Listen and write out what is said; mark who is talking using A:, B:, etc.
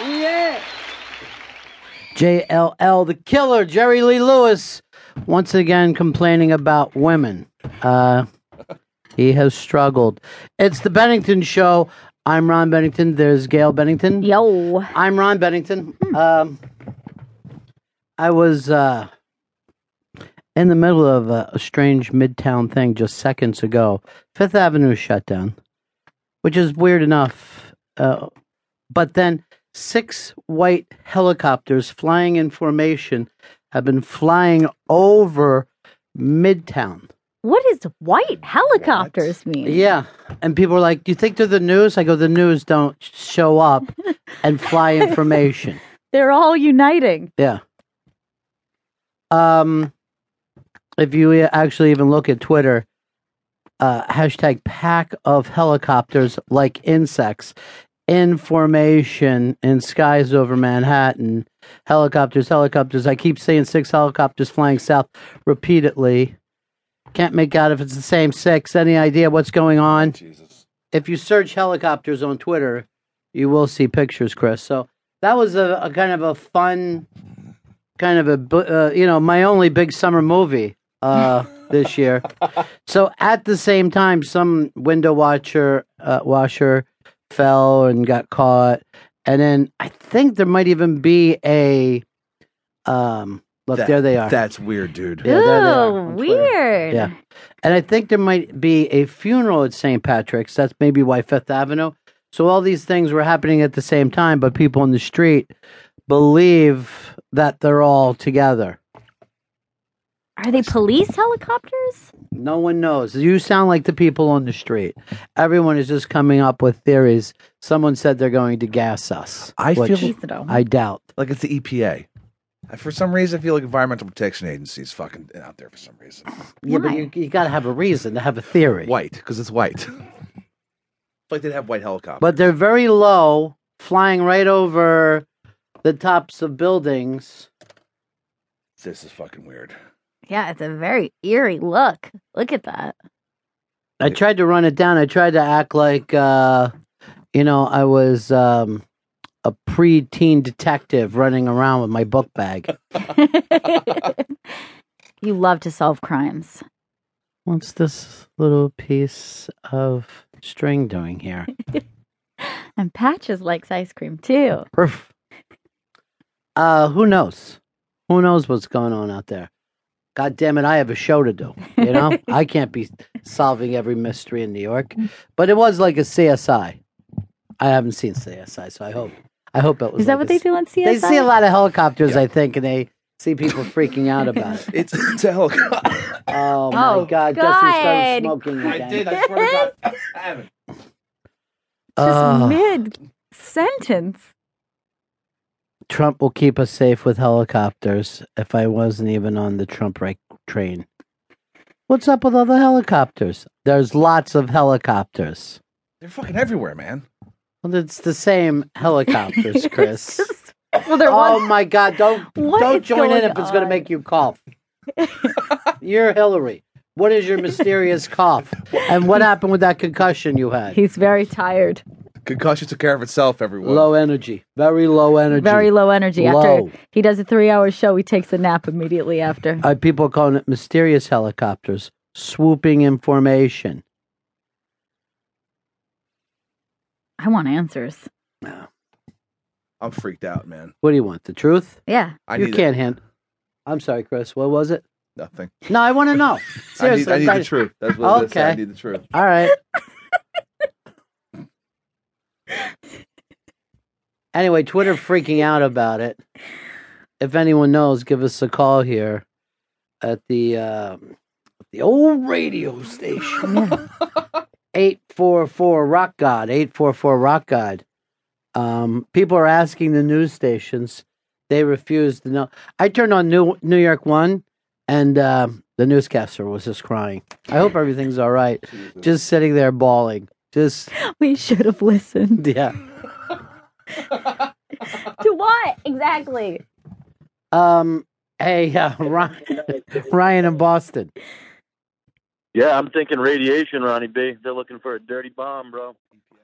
A: Yeah. JLL, the killer, Jerry Lee Lewis, once again complaining about women. Uh, he has struggled. It's the Bennington Show. I'm Ron Bennington. There's Gail Bennington.
B: Yo.
A: I'm Ron Bennington. Um, I was uh, in the middle of a, a strange midtown thing just seconds ago. Fifth Avenue is shut down, which is weird enough. Uh, but then six white helicopters flying in formation have been flying over Midtown.
B: What does white helicopters mean?
A: Yeah. And people were like, Do you think they're the news? I go, The news don't show up and fly information.
B: They're all uniting.
A: Yeah. Um, if you actually even look at Twitter, uh, hashtag pack of helicopters like insects in formation in skies over Manhattan. Helicopters, helicopters. I keep seeing six helicopters flying south repeatedly. Can't make out if it's the same six. Any idea what's going on?
C: Jesus.
A: If you search helicopters on Twitter, you will see pictures, Chris. So that was a, a kind of a fun, kind of a, bu- uh, you know, my only big summer movie uh, this year. So at the same time, some window watcher, uh, washer, fell and got caught. And then I think there might even be a um look
C: That-
A: there they are.
C: That's weird, dude.
A: Yeah, there they are
B: Ooh,
A: on Twitter.
B: weird.
A: Yeah. And I think there might be a funeral at St. Patrick's. That's maybe why Fifth Avenue. So all these things were happening at the same time, but people in the street believe that they're all together.
B: Are they police helicopters?
A: No one knows. You sound like the people on the street. Everyone is just coming up with theories. Someone said they're going to gas us.
C: I
A: which
C: feel-
B: Jeez, no.
A: I doubt.
C: Like it's the EPA. I, for some reason, I feel like Environmental Protection Agency is fucking out there for some reason.
A: Yeah, but
B: Why?
A: you, you got to have a reason to have a theory.
C: White, because it's white. like they'd have white helicopters.
A: But they're very low, flying right over the tops of buildings.
C: this is fucking weird.
B: yeah, it's a very eerie look. Look at that.
A: I tried to run it down. I tried to act like, uh, you know, I was um, a pre-teen detective running around with my book bag.
B: you love to solve crimes.
A: What's this little piece of string doing here?
B: And Patches likes ice cream too.
A: Perf. Uh, who knows? Who knows what's going on out there? God damn it, I have a show to do. You know, I can't be solving every mystery in New York. But it was like a CSI. I haven't seen CSI, so I hope I hope it was.
B: Is that
A: like
B: what
A: a
B: they do on CSI?
A: They see a lot of helicopters,
C: Yeah.
A: I think, and they see people freaking out about it.
C: It's, it's a helicopter.
A: Oh my
B: Oh,
A: god, guess who started
B: God.
A: smoking again?
C: I swear to God. I haven't.
B: Just
A: Ugh.
B: mid sentence.
A: Trump will keep us safe with helicopters if I wasn't even on the Trump right train. What's up with all the helicopters? There's lots of helicopters.
C: They're fucking everywhere, man.
A: Well, it's the same helicopters, Chris.
B: Well, they're
A: oh
B: one.
A: my God! Don't
B: What
A: don't
B: is
A: join in
B: going
A: if it's going to
B: on?
A: make you cough. You're Hillary. What is your mysterious cough? And what happened with that concussion you had?
B: He's very tired,
C: Concussion took care of itself, everyone.
A: Low energy, very low energy.
B: very low energy.
A: Low.
B: After he does a three-hour show, he takes a nap immediately after.
A: uh, people calling it mysterious helicopters swooping in formation.
B: I want answers.
C: I'm freaked out, man.
A: What do you want? The truth?
B: Yeah,
C: I
A: you
C: need
A: can't hand. I'm sorry, Chris. What was it?
C: nothing.
A: No, I want to know.
C: I need,
A: Seriously,
C: I need
A: I'm
C: the truth. That's what it is. I
A: Okay.
C: need the truth.
A: All right. anyway, Twitter freaking out about it. If anyone knows, give us a call here at the um the old radio station. Eight four four Rock God. Eight four four Rock God. Um, people are asking the news stations. They refuse to know. I turned on New New York One, and um the newscaster was just crying. I hope everything's all right just sitting there bawling. Just
B: we should have listened.
A: yeah.
B: to what exactly?
A: Um. Hey, uh, Ryan, Ryan in Boston.
D: Yeah, I'm thinking radiation, Ronnie B. They're looking for a dirty bomb, bro.